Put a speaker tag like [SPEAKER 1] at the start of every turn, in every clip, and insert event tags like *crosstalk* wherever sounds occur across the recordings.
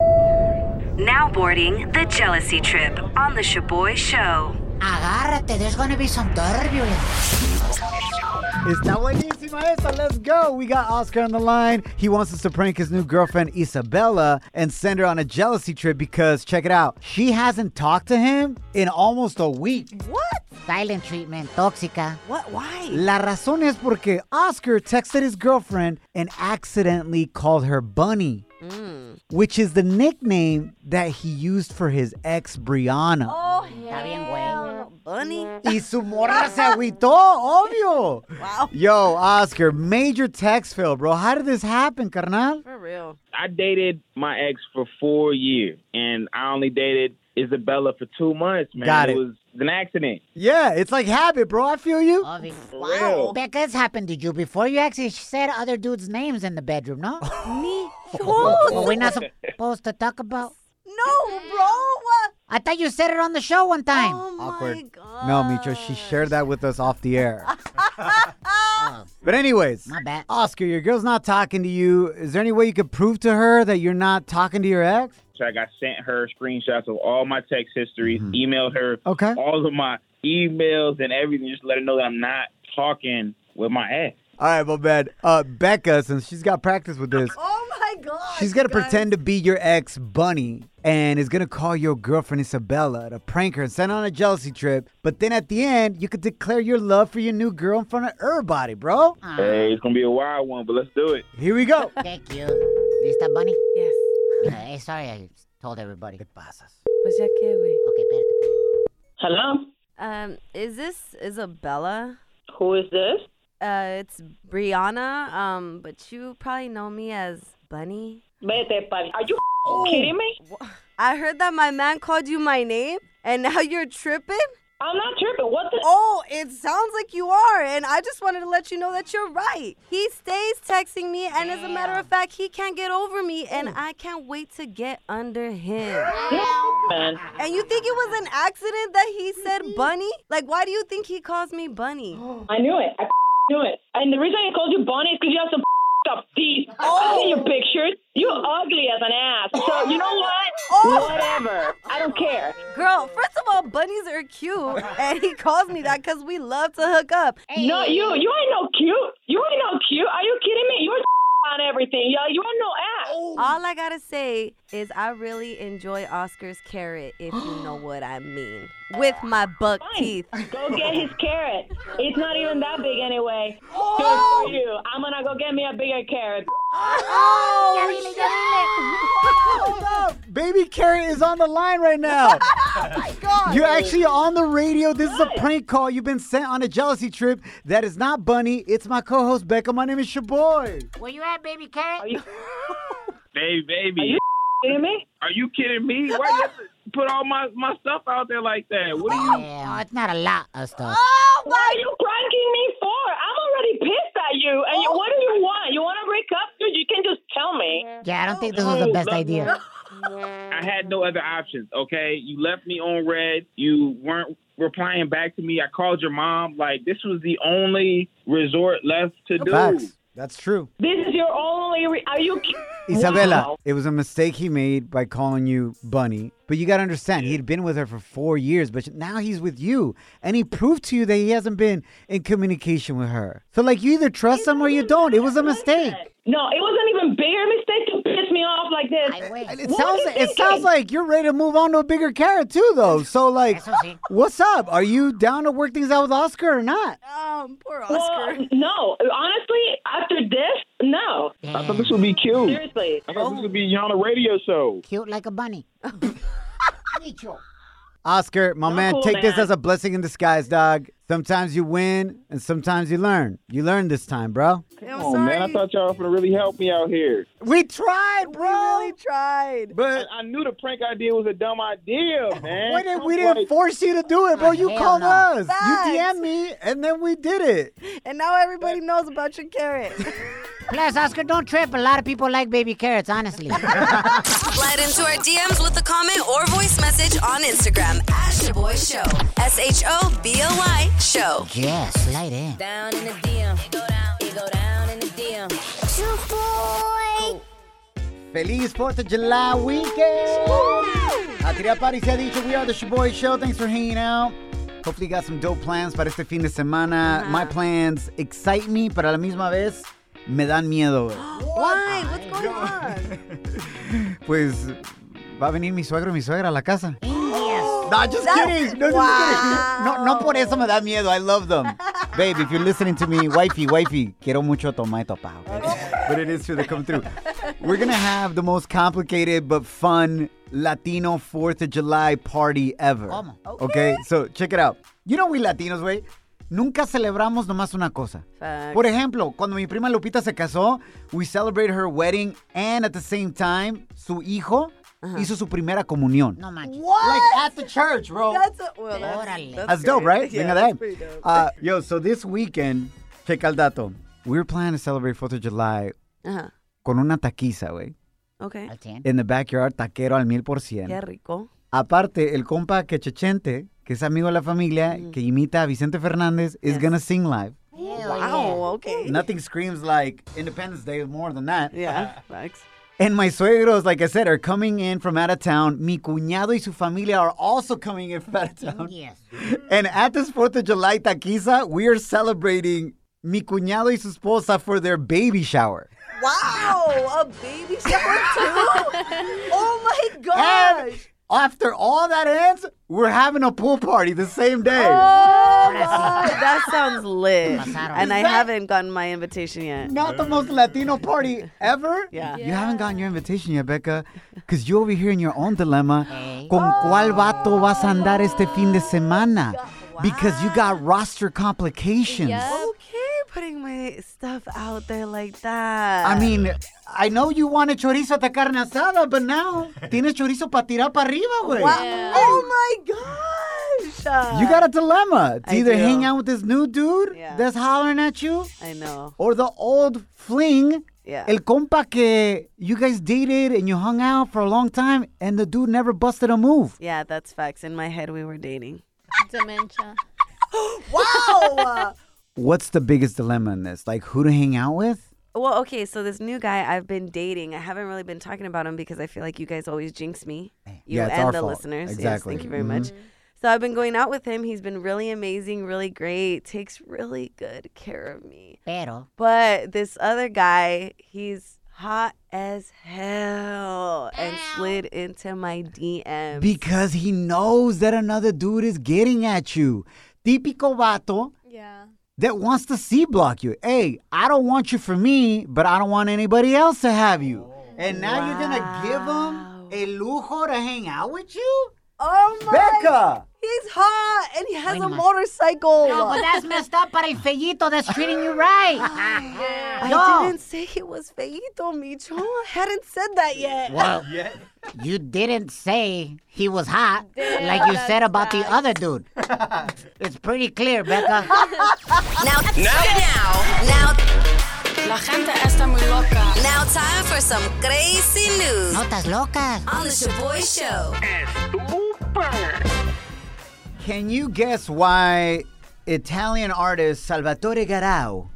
[SPEAKER 1] Now boarding the jealousy trip on the Shaboy Show.
[SPEAKER 2] Agárrate, there's gonna be some turbulence.
[SPEAKER 3] Está buenísima esa. Let's go. We got Oscar on the line. He wants us to prank his new girlfriend, Isabella, and send her on a jealousy trip because, check it out, she hasn't talked to him in almost a week.
[SPEAKER 4] What?
[SPEAKER 2] Silent treatment, tóxica.
[SPEAKER 4] What? Why?
[SPEAKER 3] La razón es porque Oscar texted his girlfriend and accidentally called her Bunny,
[SPEAKER 4] Mm.
[SPEAKER 3] which is the nickname that he used for his ex Brianna.
[SPEAKER 4] Oh,
[SPEAKER 2] Está bien, güey.
[SPEAKER 4] bunny.
[SPEAKER 3] Y su
[SPEAKER 4] *laughs*
[SPEAKER 3] morra se agüitó, obvio.
[SPEAKER 4] Wow.
[SPEAKER 3] Yo, Oscar, major text fail, bro. How did this happen, carnal?
[SPEAKER 4] For real.
[SPEAKER 5] I dated my ex for four years, and I only dated Isabella for two months, man.
[SPEAKER 3] Got it.
[SPEAKER 5] was an accident.
[SPEAKER 3] Yeah, it's like habit, bro. I feel
[SPEAKER 4] Oh
[SPEAKER 3] you.
[SPEAKER 2] Obvio.
[SPEAKER 5] Wow.
[SPEAKER 2] Becca, this happened to you before. You actually said other dudes' names in the bedroom, no?
[SPEAKER 4] Me?
[SPEAKER 2] well,
[SPEAKER 4] No,
[SPEAKER 2] we're not supposed to talk about.
[SPEAKER 4] no, bro.
[SPEAKER 2] I thought you said it on the show one time.
[SPEAKER 4] Oh my
[SPEAKER 3] Awkward.
[SPEAKER 4] god.
[SPEAKER 3] No, Micho, she shared that with us off the
[SPEAKER 4] *laughs*
[SPEAKER 3] air. but anyways,
[SPEAKER 2] My bad.
[SPEAKER 3] Oscar, your girl's not talking to you. Is there any way you could prove to her that you're not talking to your ex?
[SPEAKER 5] So I got sent her screenshots of all my text histories,
[SPEAKER 3] Mm-hmm.
[SPEAKER 5] emailed her
[SPEAKER 3] Okay.
[SPEAKER 5] all of my emails and everything, just let her know that I'm not talking with my ex.
[SPEAKER 3] All right, my bad. Uh, Becca, since she's got practice with this,
[SPEAKER 4] Oh my god.
[SPEAKER 3] she's gonna
[SPEAKER 4] you guys.
[SPEAKER 3] pretend to be your ex, Bunny, and is gonna call your girlfriend Isabella to prank her and send her on a jealousy trip. But then at the end, you could declare your love for your new girl in front of everybody, bro.
[SPEAKER 5] Hey, it's gonna be a wild one, but let's do it.
[SPEAKER 3] Here we go.
[SPEAKER 2] Thank you. ¿Lista, Bunny?
[SPEAKER 1] Yes.
[SPEAKER 2] Hey, sorry, I told everybody. Okay,
[SPEAKER 1] Pues ya que, güey.
[SPEAKER 2] espérate.
[SPEAKER 6] Hello,
[SPEAKER 4] Um, is this Isabella?
[SPEAKER 6] who is this?
[SPEAKER 4] Uh, it's Brianna. Um, but you probably know me as Bunny.
[SPEAKER 6] Vete pal. Are you kidding me?
[SPEAKER 4] I heard that my man called you my name, and now *laughs* you're tripping.
[SPEAKER 6] I'm not tripping. What the?
[SPEAKER 4] Oh, it sounds like you are, and I just wanted to let you know that you're right. He stays texting me, and as a matter of fact, he can't get over me, and I can't wait to get under him.
[SPEAKER 6] Man.
[SPEAKER 4] and you think it was an accident that he said *laughs* bunny? Like, why do you think he calls me *gasps* bunny?
[SPEAKER 6] I knew it. I knew it. And the reason I called you Bonnie is because you have some up teeth. I see your pictures. You're ugly as an ass. So you know what? Whatever. I don't care.
[SPEAKER 4] Girl, first of all, bunnies are *laughs* cute, and he calls me that because we love to hook up.
[SPEAKER 6] No, you. You ain't no cute. You ain't no cute. Are you kidding me? You're on everything. Yeah, you ain't no ass.
[SPEAKER 4] All I gotta say is I really enjoy Oscar's carrot, if you *gasps* know what I mean, with my buck *laughs* teeth.
[SPEAKER 6] Go get his carrot. It's not even that big anyway. Good for you. I'm gonna go get me a bigger carrot.
[SPEAKER 3] Baby Carrot is on the line right now. You're actually on the radio. This is a prank call. You've been sent on a jealousy trip. That is not Bunny. It's my co-host Becca. My name is your boy.
[SPEAKER 2] Where you at, baby carrot?
[SPEAKER 5] Hey, baby,
[SPEAKER 6] Are you- Kidding me?
[SPEAKER 5] are you kidding me? Why you have to put all my, my stuff out there like that? What are you?
[SPEAKER 2] Yeah, Eh, oh, it's not a lot of stuff.
[SPEAKER 6] What are you pranking me for? I'm already pissed at you. And you, what do you want? You want to break up? Dude, you can just tell me.
[SPEAKER 2] Yeah, I don't think this was the best idea.
[SPEAKER 5] I had no other options. Okay, you left me on red. You weren't replying back to me. I called your mom. Like this was the only resort left to do.
[SPEAKER 3] Facts. That's true.
[SPEAKER 6] This is your only. Re- are you? ki-
[SPEAKER 3] Isabella,
[SPEAKER 6] Wow.
[SPEAKER 3] it was a mistake he made by calling you Bunny. But you got to understand, he'd been with her for four years, but now he's with you. And he proved to you that he hasn't been in communication with her. So, like, you either trust him or you don't. It was a mistake.
[SPEAKER 6] No, it was an even bigger mistake to piss me off like
[SPEAKER 2] I
[SPEAKER 6] this.
[SPEAKER 2] wait.
[SPEAKER 3] It
[SPEAKER 6] What
[SPEAKER 3] sounds,
[SPEAKER 6] was he
[SPEAKER 3] it sounds
[SPEAKER 6] thinking?
[SPEAKER 3] like you're ready to move on to a bigger carrot, too, though. So, like,
[SPEAKER 2] Eso sí.
[SPEAKER 3] what's up? Are you down to work things out with Oscar or not?
[SPEAKER 4] Um, poor
[SPEAKER 6] Well,
[SPEAKER 4] Oscar.
[SPEAKER 6] no, honestly, after this, no.
[SPEAKER 5] I thought this would be cute.
[SPEAKER 6] Seriously.
[SPEAKER 5] I thought this would be on a radio show.
[SPEAKER 2] Cute like a bunny. Micho.
[SPEAKER 3] Oscar, my man,
[SPEAKER 6] cool,
[SPEAKER 3] take this
[SPEAKER 6] man.
[SPEAKER 3] as a blessing in disguise, dog. Sometimes you win and sometimes you learn. You learn this time, bro.
[SPEAKER 4] I'm
[SPEAKER 5] Oh
[SPEAKER 4] sorry.
[SPEAKER 5] man, I thought y'all were gonna really help me out here.
[SPEAKER 3] We tried,
[SPEAKER 4] we
[SPEAKER 3] bro.
[SPEAKER 4] really tried.
[SPEAKER 3] but
[SPEAKER 5] I, I knew the prank idea was a dumb idea, man.
[SPEAKER 3] we didn't, we
[SPEAKER 5] I'm
[SPEAKER 3] didn't
[SPEAKER 5] like,
[SPEAKER 3] force you to do it, bro.
[SPEAKER 2] Oh,
[SPEAKER 3] You
[SPEAKER 2] hell
[SPEAKER 3] called
[SPEAKER 2] no.
[SPEAKER 3] us.
[SPEAKER 4] Facts.
[SPEAKER 3] You DM me, and then we did it.
[SPEAKER 4] And now everybody knows about your carrot.
[SPEAKER 2] Plus, Oscar, don't trip. A lot of people like baby carrots, *laughs*
[SPEAKER 1] *laughs*
[SPEAKER 2] honestly.
[SPEAKER 1] Slide into our DMs with a comment or voice message on Instagram at Shaboy Show. S H O B O Y Show.
[SPEAKER 2] yeah, slide in.
[SPEAKER 1] Down in the DM. It go down. It go down in the DM.
[SPEAKER 3] Feliz 4th of July weekend. A tirar party se ha dicho. We are the Shaboy Show. Thanks for hanging out. Hopefully you got some dope plans para este fin de semana. My plans excite me, pero a la misma vez me dan miedo. güey.
[SPEAKER 4] Why? What's going on?
[SPEAKER 3] pues va a venir mi suegro y mi suegra a la casa.
[SPEAKER 2] Indias.
[SPEAKER 3] No, just
[SPEAKER 4] That's-
[SPEAKER 3] kidding. No, just
[SPEAKER 4] Wow.
[SPEAKER 3] kidding. No, no por eso me da miedo. I love them. Babe, if you're listening to me, wifey, wifey, quiero mucho tomato pao. But it is true. They come through. We're going to have the most complicated but fun Latino 4th of July party ever.
[SPEAKER 2] ¿Cómo?
[SPEAKER 3] Okay, so check it out. You know we Latinos, güey. Nunca celebramos nomás una cosa.
[SPEAKER 4] Facts.
[SPEAKER 3] Por ejemplo, cuando mi prima Lupita se casó, we celebrated her wedding and at the same time, su hijo hizo su primera comunión.
[SPEAKER 2] No manches.
[SPEAKER 3] Like at the church, bro.
[SPEAKER 4] That's a, well, that's,
[SPEAKER 2] Órale.
[SPEAKER 4] that's
[SPEAKER 3] That's dope,
[SPEAKER 4] great.
[SPEAKER 3] right?
[SPEAKER 4] Yeah,
[SPEAKER 3] Venga de
[SPEAKER 4] that's
[SPEAKER 3] ahí.
[SPEAKER 4] pretty dope.
[SPEAKER 3] Uh, yo, so this weekend, check al dato. We were planning to celebrate 4th of July
[SPEAKER 4] Ajá.
[SPEAKER 3] con una taquiza, güey.
[SPEAKER 4] Okay.
[SPEAKER 2] Al 10.
[SPEAKER 3] In the backyard, taquero al mil por cien.
[SPEAKER 4] Qué rico.
[SPEAKER 3] Aparte, el compa Quechechente, que es amigo de la familia, que imita a Vicente Fernández, is
[SPEAKER 4] Yes.
[SPEAKER 3] gonna sing
[SPEAKER 4] *laughs*
[SPEAKER 3] live.
[SPEAKER 4] Wow, okay.
[SPEAKER 3] Nothing screams like Independence Day more than that.
[SPEAKER 4] Yeah, facts.
[SPEAKER 3] And my suegros, like I said, are coming in from out of town. Mi cuñado y su familia are also coming in from out of town.
[SPEAKER 2] Yes.
[SPEAKER 3] And at this 4th of July taquiza, we are celebrating mi cuñado y su esposa for their baby shower.
[SPEAKER 4] Wow, a baby shower *laughs* too? oh my
[SPEAKER 3] And
[SPEAKER 4] gosh.
[SPEAKER 3] after all that ends, we're having a pool party the same day.
[SPEAKER 4] Oh my, that sounds lit.
[SPEAKER 2] Pasaron.
[SPEAKER 4] And I haven't gotten my invitation yet.
[SPEAKER 3] Not the most Latino party ever.
[SPEAKER 4] Yeah.
[SPEAKER 3] You haven't gotten your invitation yet, Becca, because you're over here in your own dilemma. Con cuál vato vas a andar este fin de semana? Because you got roster complications.
[SPEAKER 4] Okay, putting my stuff out there like that.
[SPEAKER 3] I mean, I know you wanted chorizo de carne asada, but now tienes chorizo para tirar para arriba, güey.
[SPEAKER 4] wow. Oh my gosh. Uh,
[SPEAKER 3] You got a dilemma. To
[SPEAKER 4] I
[SPEAKER 3] either
[SPEAKER 4] do.
[SPEAKER 3] hang out with this new dude
[SPEAKER 4] Yeah.
[SPEAKER 3] that's hollering at you
[SPEAKER 4] I know.
[SPEAKER 3] or the old fling,
[SPEAKER 4] Yeah.
[SPEAKER 3] el compa que you guys dated and you hung out for a long time and the dude never busted a move.
[SPEAKER 4] Yeah, that's facts. In my head, we were dating.
[SPEAKER 7] Dementia.
[SPEAKER 4] Wow.
[SPEAKER 3] What's the biggest dilemma in this? Like who to hang out with?
[SPEAKER 4] well, okay, so this new guy I've been dating, I haven't really been talking about him because I feel like you guys always jinx me. You
[SPEAKER 3] Eh, Yeah, it's
[SPEAKER 4] and
[SPEAKER 3] our
[SPEAKER 4] the
[SPEAKER 3] fault.
[SPEAKER 4] listeners. Yes,
[SPEAKER 3] Exactly.
[SPEAKER 4] thank you very
[SPEAKER 3] Mhm.
[SPEAKER 4] much. So I've been going out with him. He's been really amazing, really great, takes really good care of me.
[SPEAKER 2] Pero.
[SPEAKER 4] But this other guy, he's hot as hell and slid into my DMs.
[SPEAKER 3] Because he knows that another dude is getting at you. Típico vato
[SPEAKER 7] Yeah.
[SPEAKER 3] that wants to C block you. Hey, I don't want you for me, but I don't want anybody else to have you. And now you're gonna
[SPEAKER 4] Wow.
[SPEAKER 3] give him a lujo to hang out with you?
[SPEAKER 4] oh my
[SPEAKER 3] Becca!
[SPEAKER 4] He's hot and he has
[SPEAKER 2] Wait
[SPEAKER 4] a
[SPEAKER 2] a minute.
[SPEAKER 4] motorcycle.
[SPEAKER 2] No, but that's messed up para el fellito that's treating you *laughs* right.
[SPEAKER 4] I
[SPEAKER 2] No.
[SPEAKER 4] didn't say he was feito, Micho. I hadn't said
[SPEAKER 3] *laughs*
[SPEAKER 4] that yet.
[SPEAKER 2] well, you didn't say he was hot like you said about the other *laughs* dude. it's pretty clear, Becca. *laughs*
[SPEAKER 1] Now, now, now, now. La gente está muy loca. Now, time for some crazy news
[SPEAKER 2] Notas locas.
[SPEAKER 1] on the Shaboy Show.
[SPEAKER 3] Can you guess why Italian artist Salvatore Garau,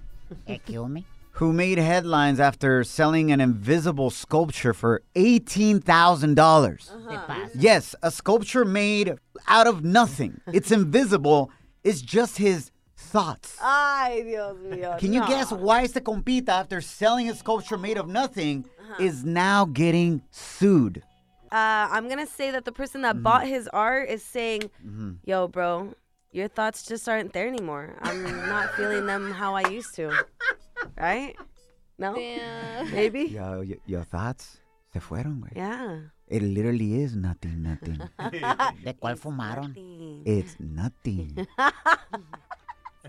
[SPEAKER 2] Eh, kill me.
[SPEAKER 3] who made headlines after selling an invisible sculpture for $18,000? dollars
[SPEAKER 2] Te pasa.
[SPEAKER 3] Yes, a sculpture made out of nothing. It's invisible, it's just his thoughts.
[SPEAKER 4] Ay, Dios mío.
[SPEAKER 3] Can you
[SPEAKER 4] Uh, no.
[SPEAKER 3] guess why este compita, after selling a sculpture made of nothing, is now getting sued?
[SPEAKER 4] Uh, I'm going to say that the person that bought his art is saying,
[SPEAKER 3] Mm-hmm.
[SPEAKER 4] yo, bro, your thoughts just aren't there anymore. I'm not feeling them how I
[SPEAKER 1] *laughs*
[SPEAKER 4] used to. Right? No?
[SPEAKER 7] Yeah.
[SPEAKER 4] Maybe? Yeah.
[SPEAKER 3] Yo, y- your thoughts se fueron, güey. It literally is nothing, nothing.
[SPEAKER 1] Mm.
[SPEAKER 2] ¿De cuál fumaron?
[SPEAKER 4] *laughs*
[SPEAKER 3] it's nothing.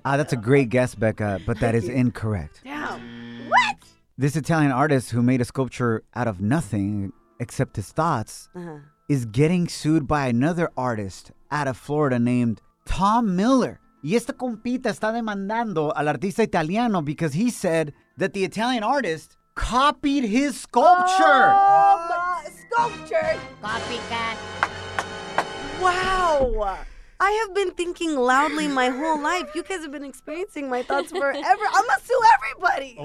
[SPEAKER 3] Ah, that's a great guess, Becca, but that is incorrect.
[SPEAKER 4] Damn. What?
[SPEAKER 3] This Italian artist who made a sculpture out of nothing except his thoughts
[SPEAKER 4] Uh-huh.
[SPEAKER 3] is getting sued by another artist out of Florida named Tom Miller. Y esta compita está demandando al artista italiano because he said that the Italian artist copied his sculpture.
[SPEAKER 4] Oh! Sculpture.
[SPEAKER 2] Copycat.
[SPEAKER 4] Wow. I have been thinking loudly my whole life. You guys have been experiencing my thoughts forever. I'm gonna sue everybody.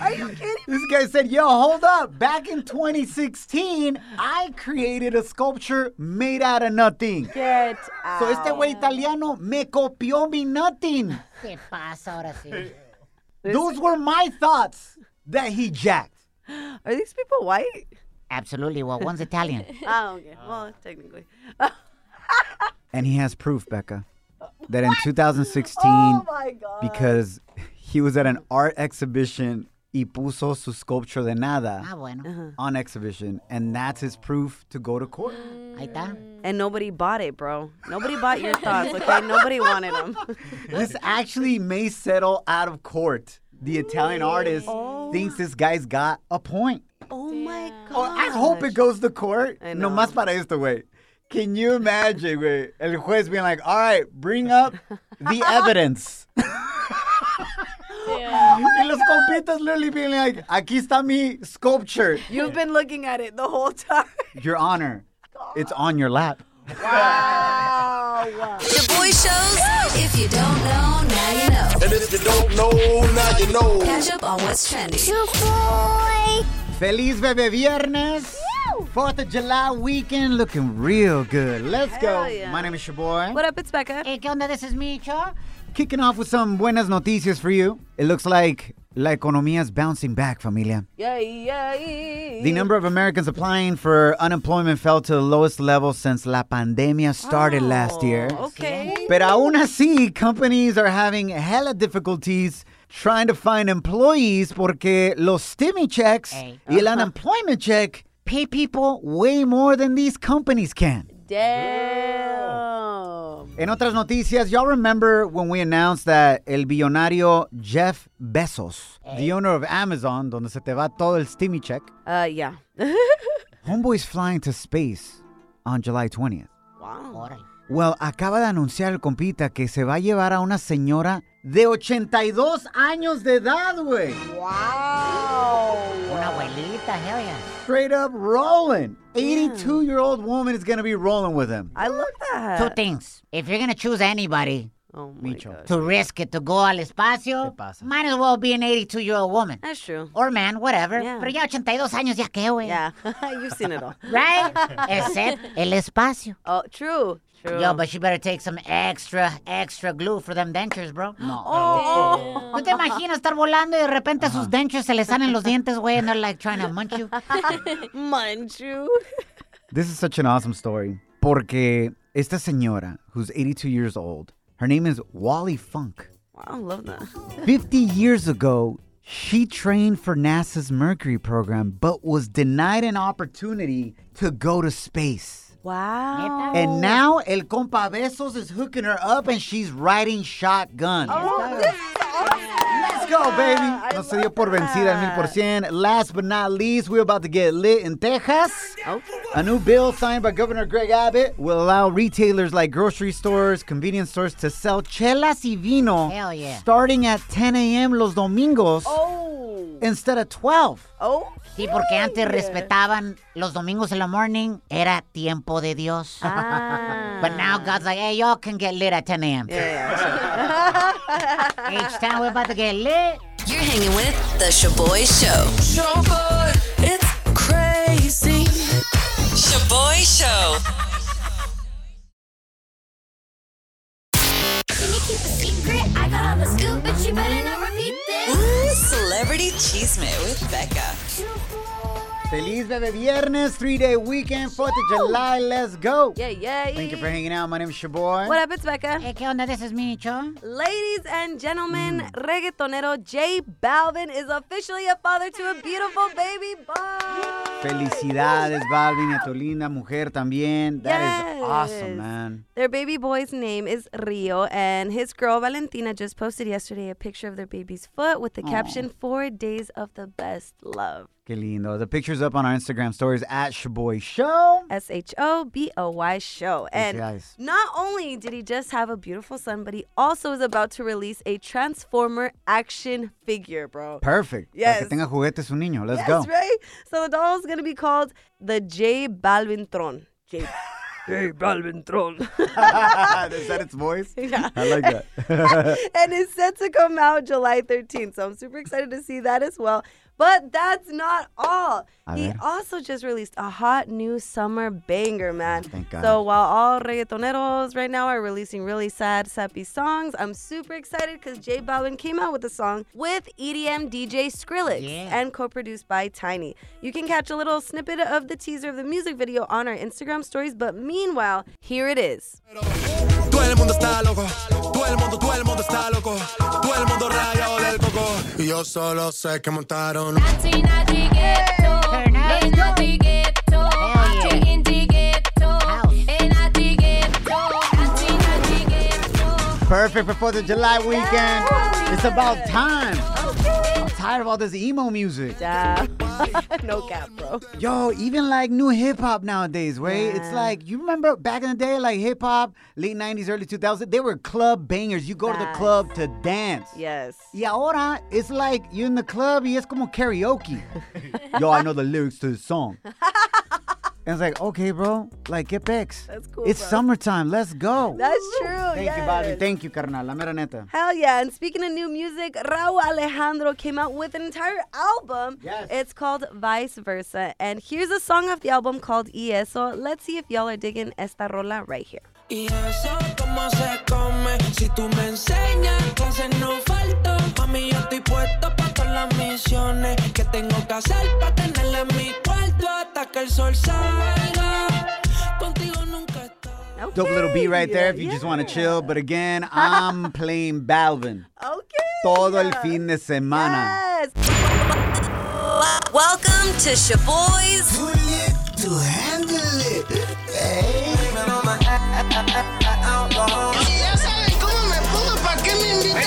[SPEAKER 4] Are you kidding?
[SPEAKER 3] This guy said, Yo, hold up. Back in 2016, I created a sculpture made out of nothing.
[SPEAKER 4] Get out.
[SPEAKER 3] So este güey italiano me copió mi nothing.
[SPEAKER 2] ¿Qué pasa ahora sí?
[SPEAKER 3] Those were my thoughts that he jacked.
[SPEAKER 4] Are these people white?
[SPEAKER 2] Absolutely. Well,
[SPEAKER 4] *laughs*
[SPEAKER 2] one's Italian.
[SPEAKER 4] Oh, okay. Well, technically.
[SPEAKER 3] And he has proof, Becca, that in 2016,
[SPEAKER 4] my god.
[SPEAKER 3] because he was at an art exhibition, y puso su sculpture de nada
[SPEAKER 2] Ah, bueno.
[SPEAKER 4] uh-huh.
[SPEAKER 3] on exhibition, and that's his proof to go to court.
[SPEAKER 4] Mm.
[SPEAKER 2] Ahí está.
[SPEAKER 4] And nobody bought it, bro. Nobody bought your thoughts, *laughs* okay? Nobody wanted them.
[SPEAKER 3] this actually may settle out of court. The Italian artist thinks this guy's got a point.
[SPEAKER 4] Oh my god.
[SPEAKER 3] Oh, I hope it goes to court.
[SPEAKER 4] I
[SPEAKER 3] No
[SPEAKER 4] know.
[SPEAKER 3] más para esto, way. Can you imagine, güey? El juez being like, all right, bring up
[SPEAKER 4] *laughs*
[SPEAKER 3] the evidence. y los compitas literally being like, aquí está mi sculpture.
[SPEAKER 4] You've been looking at it the whole time.
[SPEAKER 3] Your Honor, it's on your lap.
[SPEAKER 1] The boy shows. If you don't know, now you know. And if you don't know, now you know. Catch up on what's trending.
[SPEAKER 3] Feliz Bebe Viernes. 4th of July weekend looking real good. Let's go.
[SPEAKER 4] Hell yeah.
[SPEAKER 3] My name is your boy.
[SPEAKER 4] *laughs* What up, it's Becca.
[SPEAKER 2] Hey, ¿qué onda? This is me, Cho.
[SPEAKER 3] Kicking off with some buenas noticias for you. It looks like la economía is bouncing back, familia.
[SPEAKER 4] Yeah, yeah, yeah.
[SPEAKER 3] The number of Americans applying for unemployment fell to the lowest level since la pandemia started last year.
[SPEAKER 2] Oh,
[SPEAKER 4] Okay.
[SPEAKER 3] But aún así, companies are having hella difficulties trying to find employees porque los stimmy checks
[SPEAKER 2] Hey.
[SPEAKER 3] y el unemployment check pay people way more than these companies can.
[SPEAKER 4] Damn.
[SPEAKER 3] En otras noticias, y'all remember when we announced that el billonario Jeff Bezos, the owner of Amazon, donde se te va todo el stimmy check,
[SPEAKER 4] Uh, yeah. *laughs*
[SPEAKER 3] homeboy's flying to space on July 20th.
[SPEAKER 4] wow.
[SPEAKER 2] Órale.
[SPEAKER 3] Well, acaba de anunciar el compita que se va a llevar a una señora de 82 años de edad, güey.
[SPEAKER 2] Una abuelita, hell yeah.
[SPEAKER 3] Straight up rolling. 82 year old woman is going to be rolling with him.
[SPEAKER 4] I love
[SPEAKER 2] Two
[SPEAKER 4] that.
[SPEAKER 2] things. If you're gonna choose anybody
[SPEAKER 4] Oh my
[SPEAKER 3] Micho.
[SPEAKER 4] god.
[SPEAKER 2] to risk it to go al espacio,
[SPEAKER 3] ¿Qué pasa?
[SPEAKER 2] might as well be an 82-year-old woman.
[SPEAKER 4] That's true.
[SPEAKER 2] Or man, whatever.
[SPEAKER 4] Yeah.
[SPEAKER 2] Pero ya 82 años, ya qué, güey.
[SPEAKER 4] Yeah. *laughs* You've seen it all. *laughs*
[SPEAKER 2] Right? Except el espacio.
[SPEAKER 4] Oh, true. True.
[SPEAKER 2] Yo, but you better take some extra, extra glue for them dentures, bro. No.
[SPEAKER 4] oh.
[SPEAKER 2] ¿No te imaginas estar volando y de repente a sus dentures se les salen los dientes, güey, and they're like trying to munch you?
[SPEAKER 4] Mind you.
[SPEAKER 3] *laughs* This is such an awesome story. Porque esta señora, who's 82 years old, her name is Wally Funk.
[SPEAKER 4] Wow, I love that.
[SPEAKER 3] 50 years ago, she trained for NASA's Mercury program, but was denied an opportunity to go to space.
[SPEAKER 4] Wow.
[SPEAKER 2] Oh.
[SPEAKER 3] And now El Compa Besos is hooking her up and she's riding shotgun.
[SPEAKER 2] Oh,
[SPEAKER 3] Let's go, baby. No se dio por vencida al mil por cien. Last but not least, we're about to get lit in Texas.
[SPEAKER 4] Okay.
[SPEAKER 3] A new bill signed by Governor Greg Abbott will allow retailers like grocery stores, convenience stores to sell chelas y vino
[SPEAKER 2] Hell yeah.
[SPEAKER 3] starting at 10 a.m. los domingos
[SPEAKER 4] Oh.
[SPEAKER 3] instead of 12.
[SPEAKER 4] Oh.
[SPEAKER 2] Sí, porque antes respetaban los domingos en la morning, era tiempo de Dios.
[SPEAKER 4] Ah.
[SPEAKER 2] But now God's like, hey, y'all can get lit at 10 a.m. Each time we're about to get lit.
[SPEAKER 4] Ah.
[SPEAKER 1] You're hanging with The Shaboy Show.
[SPEAKER 8] Shaboy, it's crazy. Shaboy Show. Ooh, Celebrity Cheesemate with Becca.
[SPEAKER 3] Feliz Bebe Viernes, three day weekend, 4th of July. Let's go.
[SPEAKER 4] Yeah, yeah.
[SPEAKER 3] Thank you for hanging out. My name is Shaboy.
[SPEAKER 4] What up, it's Becca.
[SPEAKER 2] Hey, ¿qué onda? This is me, Cho.
[SPEAKER 4] Ladies and gentlemen, reggaetonero J Balvin is officially a father to a beautiful baby boy.
[SPEAKER 3] Felicidades, Balvin, a tu linda mujer también. That is awesome,
[SPEAKER 4] Yes.
[SPEAKER 3] man.
[SPEAKER 4] Their baby boy's name is Rio, and his girl Valentina just posted yesterday a picture of their baby's foot with the caption, Four Days of the Best Love.
[SPEAKER 3] Qué lindo. The picture's up on our Instagram stories at Shaboy Show.
[SPEAKER 4] S H O B O Y show. And
[SPEAKER 3] Felicidades.
[SPEAKER 4] not only did he just have a beautiful son, but he also is about to release a Transformer action figure, bro.
[SPEAKER 3] Perfect. Para que
[SPEAKER 4] Yes.
[SPEAKER 3] tenga juguetes su niño. Let's
[SPEAKER 4] Yes,
[SPEAKER 3] go.
[SPEAKER 4] right? So the doll is going to be called the J Balvin Tron. J. *laughs* J Balvin
[SPEAKER 3] *laughs*
[SPEAKER 4] Tron.
[SPEAKER 3] is that its voice?
[SPEAKER 4] *laughs* Yeah.
[SPEAKER 3] I like that. *laughs*
[SPEAKER 4] *laughs* and it's set to come out July 13th. So I'm super excited to see that as well. But that's not all.
[SPEAKER 3] A
[SPEAKER 4] he
[SPEAKER 3] ver.
[SPEAKER 4] also just released a hot new summer banger, man.
[SPEAKER 3] Oh, Thank God.
[SPEAKER 4] So while all reggaetoneros right now are releasing really sad, sappy songs, I'm super excited because J Balvin came out with a song with E EDM DJ Skrillex
[SPEAKER 2] Yeah.
[SPEAKER 4] and co-produced by Tiny. You can catch a little snippet of the teaser of the music video on our Instagram stories. But meanwhile, here it is.
[SPEAKER 9] Todo el mundo está loco, todo el mundo, todo el mundo está loco, todo el mundo rayado del coco. Y yo solo sé que montaron.
[SPEAKER 2] Turn up. Hell yeah. House.
[SPEAKER 3] Perfect for 4th of July weekend. It's about time. I'm tired of all this emo music.
[SPEAKER 4] Yeah. *laughs* no cap, bro.
[SPEAKER 3] Yo, even like new hip hop nowadays, way it's
[SPEAKER 4] Yeah.
[SPEAKER 3] like you remember back in the day, like hip hop, late '90s, early 2000s, they were club bangers. You go to the
[SPEAKER 4] Facts.
[SPEAKER 3] club to dance.
[SPEAKER 4] Yes.
[SPEAKER 3] Y ahora it's like you're in the club y es como
[SPEAKER 4] *laughs*
[SPEAKER 3] karaoke. Yo, I know the lyrics to the song. and it's like, okay, bro, like get pex.
[SPEAKER 4] That's cool,
[SPEAKER 3] It's
[SPEAKER 4] bro.
[SPEAKER 3] summertime. Let's go.
[SPEAKER 4] That's true.
[SPEAKER 3] Thank you, Bobby. Thank you, carnal. La mera neta.
[SPEAKER 4] Hell yeah. And speaking of new music, Raul Alejandro came out with an entire album.
[SPEAKER 3] Yes.
[SPEAKER 4] It's called Vice Versa. And here's a song off the album called Ie. So let's see if y'all are digging esta rola right here.
[SPEAKER 9] Y eso cómo se come, si tú me enseñas, clases no falto. A mí yo estoy puesto para todas las misiones que tengo que hacer para tenerla en mi cuarto hasta que el sol salga. Contigo nunca estoy.
[SPEAKER 4] Okay.
[SPEAKER 3] Dope little beat right there if you just want to chill. But again,
[SPEAKER 4] *laughs*
[SPEAKER 3] I'm playing Balvin.
[SPEAKER 4] Okay.
[SPEAKER 3] Todo el fin de semana.
[SPEAKER 4] Yes.
[SPEAKER 1] Welcome to Shaboy's
[SPEAKER 9] Ya saben cómo me pongo, ¿para qué me invitan?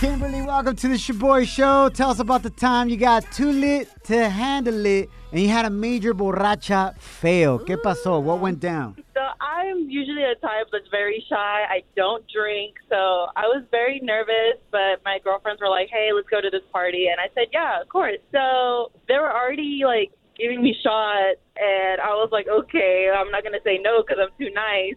[SPEAKER 3] Kimberly, welcome to the Shaboy Show. Tell us about the time you got too lit to handle it and you had a major borracha fail. ¿Qué pasó? What went down?
[SPEAKER 6] So I'm usually a type that's very shy. I don't drink, so I was very nervous. But my girlfriends were like, "Hey, let's go to this party," and I said, "Yeah, of course." So they were already like giving me shots, and I was like, "Okay, I'm not gonna say no because I'm too
[SPEAKER 4] *laughs*
[SPEAKER 6] nice."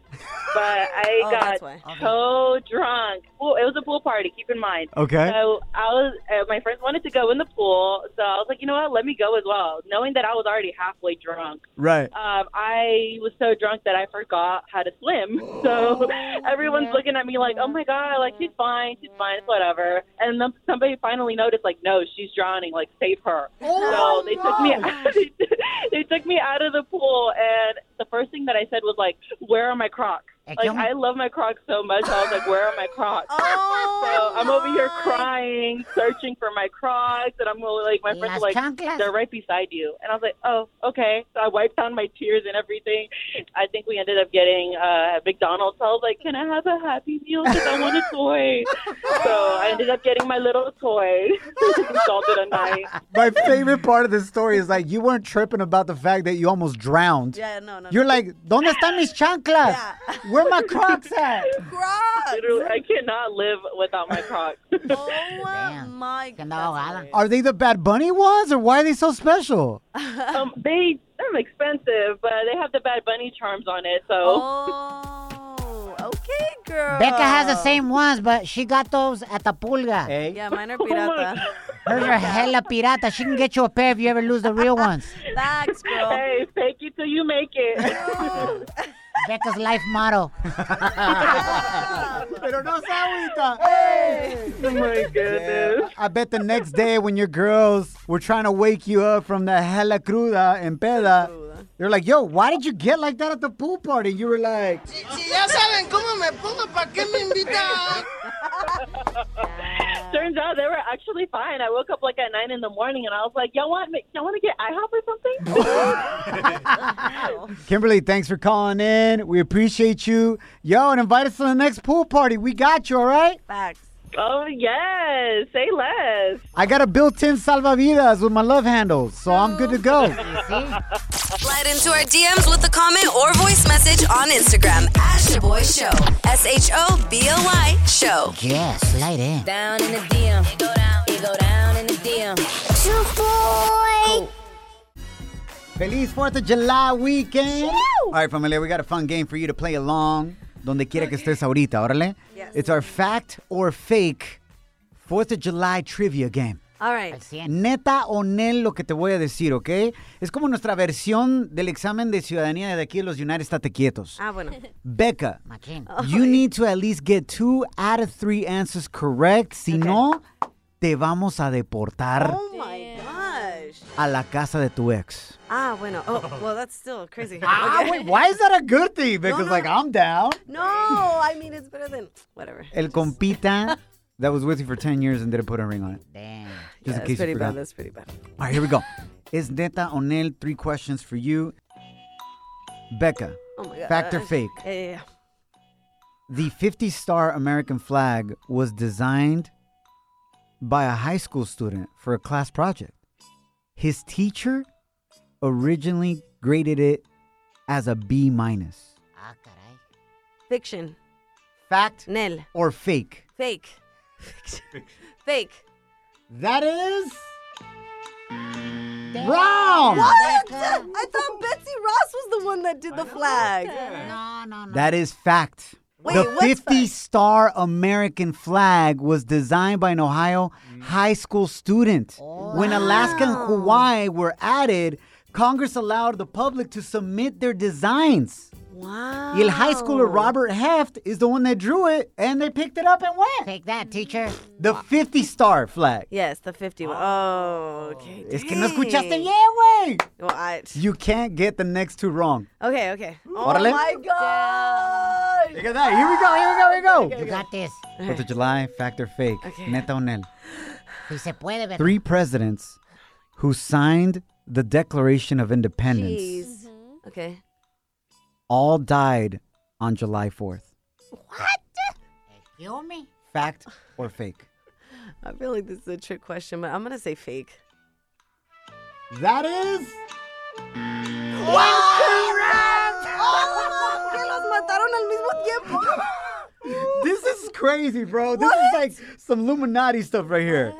[SPEAKER 6] But I
[SPEAKER 4] Oh, that's why.
[SPEAKER 6] got so drunk. Well, it was a pool party. Keep in mind.
[SPEAKER 3] Okay.
[SPEAKER 6] So I was, uh, my friends wanted to go in the pool, so I was like, you know what, let me go as well, knowing that I was already halfway drunk.
[SPEAKER 3] Right.
[SPEAKER 6] Um, I was so drunk that I forgot how to swim. *laughs* So everyone's looking at me like, oh my God, like she's fine, she's fine, it's whatever. And then somebody finally noticed, like, no, she's drowning, like save her. so they took me, *laughs* they took me out of the pool, and the first thing that I said was like, where are my Crocs?
[SPEAKER 2] Eh,
[SPEAKER 6] Like
[SPEAKER 2] yo-
[SPEAKER 6] I love my Crocs so much, I was like, where are my Crocs?
[SPEAKER 2] Oh
[SPEAKER 6] So I'm over here crying, searching for my Crocs, and I'm like, my
[SPEAKER 2] Las
[SPEAKER 6] friends are like,
[SPEAKER 2] chanclas.
[SPEAKER 6] they're right beside you. And I was like, oh, okay. So I wiped down my tears and everything. I think we ended up getting uh, at McDonald's. So I was like, can I have a Happy Meal? Because I want a
[SPEAKER 4] *laughs*
[SPEAKER 6] toy. so I ended up getting my little toy. *laughs* Salted a night.
[SPEAKER 3] My favorite part of this story is like you weren't tripping about the fact that you almost drowned.
[SPEAKER 4] Yeah, no, no.
[SPEAKER 3] You're like, ¿Dónde están mis chanclas?
[SPEAKER 4] *laughs*
[SPEAKER 3] Where my crocs at?
[SPEAKER 6] Literally, I cannot live without my Crocs.
[SPEAKER 4] Oh
[SPEAKER 2] Damn.
[SPEAKER 4] my
[SPEAKER 2] Que
[SPEAKER 4] god.
[SPEAKER 2] andaba ahogada.
[SPEAKER 3] Are they the Bad Bunny ones or why are they so special?
[SPEAKER 6] *laughs* um, they, they're expensive, but they have the Bad Bunny charms on it. So. *laughs*
[SPEAKER 4] Oh, okay, girl.
[SPEAKER 2] Becca has
[SPEAKER 6] Oh.
[SPEAKER 2] the same ones, but she got those at the pulga.
[SPEAKER 3] Hey.
[SPEAKER 4] Yeah, mine are
[SPEAKER 6] Oh
[SPEAKER 4] pirata.
[SPEAKER 2] Hers are hella pirata. She can get you a pair if you ever lose the real ones.
[SPEAKER 4] Facts, bro.
[SPEAKER 6] Hey, fake it till you make
[SPEAKER 4] Oh.
[SPEAKER 6] it.
[SPEAKER 2] Becca's life motto.
[SPEAKER 3] *laughs* Pero no se agüita.
[SPEAKER 6] oh my goodness.
[SPEAKER 3] I bet the next day when your girls were trying to wake you up from the hella cruda and peda, They're like, yo, why did you get like that at the pool party? You were like,
[SPEAKER 9] Si ya saben cómo me pongo, ¿para qué me invitan?
[SPEAKER 6] Turns out they were actually fine. I woke up like at nine in the morning, and I was like, "Y'all want me? Y'all want to get IHOP or something?"
[SPEAKER 3] Kimberly, thanks for calling in. We appreciate you. Yo, and invite us to the next pool party. We got you, all right?
[SPEAKER 4] Facts.
[SPEAKER 6] oh yes, say less.
[SPEAKER 3] I got a built in salvavidas with my love handles, so I'm good to go.
[SPEAKER 1] Slide into our DMs with a comment or voice message on Instagram at Shaboy Show. S H O B O Y Show.
[SPEAKER 2] Yeah, slide in.
[SPEAKER 8] Down in the DM. It go down. It go down in the DM.
[SPEAKER 3] Feliz 4th of July weekend. All right, familia, we got a fun game for you to play along. Donde quiera que estés ahorita, órale. It's our fact or fake 4th of July trivia game.
[SPEAKER 4] All right.
[SPEAKER 3] Neta o nel lo que te voy a decir, ¿ok? Es como nuestra versión del examen de ciudadanía de aquí de los United Estate Quietos.
[SPEAKER 4] Ah, bueno.
[SPEAKER 3] Becca,
[SPEAKER 2] Machín.
[SPEAKER 3] you need to at least get two out of three answers correct. Si no, te vamos a deportar
[SPEAKER 4] Oh my gosh.
[SPEAKER 3] a la casa de tu ex.
[SPEAKER 4] Ah, bueno. Oh, well, that's still crazy.
[SPEAKER 3] Ah,
[SPEAKER 4] Okay.
[SPEAKER 3] wait, why is that a good thing? Because,
[SPEAKER 4] no.
[SPEAKER 3] like, I'm down.
[SPEAKER 4] No, I mean, it's better than whatever.
[SPEAKER 3] El
[SPEAKER 4] *laughs*
[SPEAKER 3] compita that was with you for 10 years and didn't put a ring on it.
[SPEAKER 2] Damn.
[SPEAKER 3] Just in
[SPEAKER 4] that's
[SPEAKER 3] case
[SPEAKER 4] pretty
[SPEAKER 3] you forgot.
[SPEAKER 4] bad. That's pretty bad.
[SPEAKER 3] All right, here we go. Is neta o nel? Three questions for you. Becca,
[SPEAKER 4] Oh my god.
[SPEAKER 3] fact or fake?
[SPEAKER 4] Yeah, yeah, yeah.
[SPEAKER 3] The 50 star American flag was designed by a high school student for a class project. His teacher originally graded it as a B minus.
[SPEAKER 2] Ah, caray.
[SPEAKER 4] Fiction.
[SPEAKER 3] Fact
[SPEAKER 4] Nel.
[SPEAKER 3] or fake?
[SPEAKER 4] Fake. fake.
[SPEAKER 3] That is wrong.
[SPEAKER 4] I thought Betsy Ross was the one that did the flag.
[SPEAKER 2] No, no, no.
[SPEAKER 3] That is fact.
[SPEAKER 4] Wait,
[SPEAKER 3] the
[SPEAKER 4] what's
[SPEAKER 3] 50
[SPEAKER 4] fact?
[SPEAKER 3] star American flag was designed by an Ohio high school student.
[SPEAKER 4] Oh.
[SPEAKER 3] When Alaska and Hawaii were added, Congress allowed the public to submit their designs.
[SPEAKER 4] Wow.
[SPEAKER 3] The high
[SPEAKER 4] Oh.
[SPEAKER 3] schooler Robert Heft is the one that drew it, and they picked it up and went.
[SPEAKER 2] Take that, teacher.
[SPEAKER 3] The 50 star flag.
[SPEAKER 4] Yes, the 50 one. Oh, okay.
[SPEAKER 3] Es que no
[SPEAKER 4] dang.
[SPEAKER 3] escuchaste yeah, güey.
[SPEAKER 4] Well, I,
[SPEAKER 3] You can't get the next two wrong.
[SPEAKER 4] okay, okay. Oh
[SPEAKER 3] Órale.
[SPEAKER 4] my god.
[SPEAKER 3] Look at that. Here we go, here we go, here we go.
[SPEAKER 2] You got this.
[SPEAKER 3] Fourth of July, fact or fake?
[SPEAKER 4] Okay.
[SPEAKER 3] Neta o nel?
[SPEAKER 2] Si se puede, ver.
[SPEAKER 3] Three presidents who signed the Declaration of Independence
[SPEAKER 4] Jeez. Okay.
[SPEAKER 3] all died on July 4th.
[SPEAKER 2] You me?
[SPEAKER 3] Fact or fake?
[SPEAKER 4] I feel like this is a trick question, but I'm gonna say fake.
[SPEAKER 3] That is. *laughs* This is crazy, bro. This is like some Illuminati stuff right here.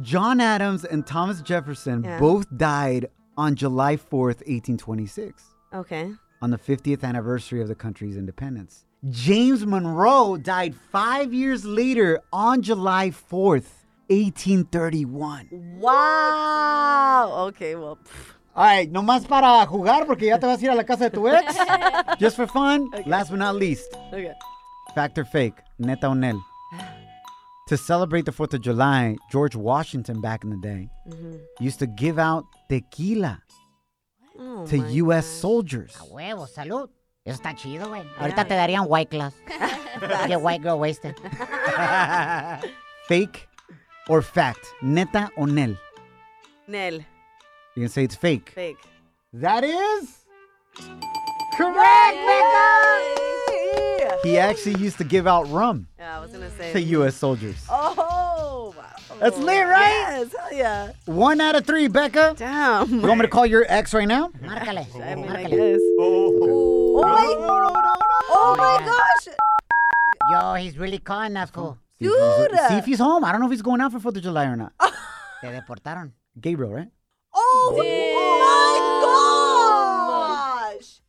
[SPEAKER 3] John Adams and Thomas Jefferson
[SPEAKER 4] Yeah.
[SPEAKER 3] both died on July 4th, 1826.
[SPEAKER 4] Okay.
[SPEAKER 3] on the 50th anniversary of the country's independence. James Monroe died five years later on July 4th, 1831.
[SPEAKER 4] Wow. Okay. Well. pff.
[SPEAKER 3] All right, nomás para jugar porque ya te vas a ir a la casa de tu
[SPEAKER 4] *laughs*
[SPEAKER 3] ex. Just for fun, last but not least,
[SPEAKER 4] Okay.
[SPEAKER 3] fact or fake, neta o nel. To celebrate the 4th of July, George Washington back in the day
[SPEAKER 4] Mm-hmm.
[SPEAKER 3] used to give out tequila
[SPEAKER 4] Oh
[SPEAKER 3] to
[SPEAKER 4] my Ah,
[SPEAKER 3] U.S. soldiers.
[SPEAKER 2] A huevo, salud. Eso está chido, güey. Ahorita te darían white class. Get white este. girl wasted.
[SPEAKER 3] fake or fact, neta o nel.
[SPEAKER 4] Nel.
[SPEAKER 3] You can say it's fake.
[SPEAKER 4] Fake.
[SPEAKER 3] That is correct,
[SPEAKER 4] Yeah.
[SPEAKER 3] He actually used to give out rum
[SPEAKER 4] I was gonna
[SPEAKER 3] to
[SPEAKER 4] say.
[SPEAKER 3] U.S. soldiers.
[SPEAKER 4] *laughs* Oh. Wow.
[SPEAKER 3] That's lit, right?
[SPEAKER 4] Yes. Hell yeah.
[SPEAKER 3] One out of three, Becca. You
[SPEAKER 4] Damn.
[SPEAKER 3] want me to call your ex right now?
[SPEAKER 2] Márcale.
[SPEAKER 4] *laughs* I mean, I
[SPEAKER 2] Márcale.
[SPEAKER 4] guess. Oh my. Oh my gosh.
[SPEAKER 2] Yo, he's really calling that fool.
[SPEAKER 3] See if he's-
[SPEAKER 4] Dude.
[SPEAKER 3] See if he's home. I don't know if he's going out for 4th of July or not.
[SPEAKER 2] *laughs* Te deportaron.
[SPEAKER 3] Gabriel, right?
[SPEAKER 4] Oh my gosh.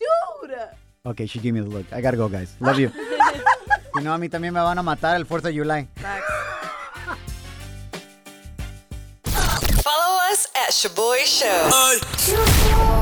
[SPEAKER 4] Dude.
[SPEAKER 3] Okay, she gave me the look. I gotta go, guys. Love
[SPEAKER 2] *laughs*
[SPEAKER 3] you. you know, a mí también me van a matar el 4th of July.
[SPEAKER 8] Follow us at Shaboy Show.
[SPEAKER 9] Ay.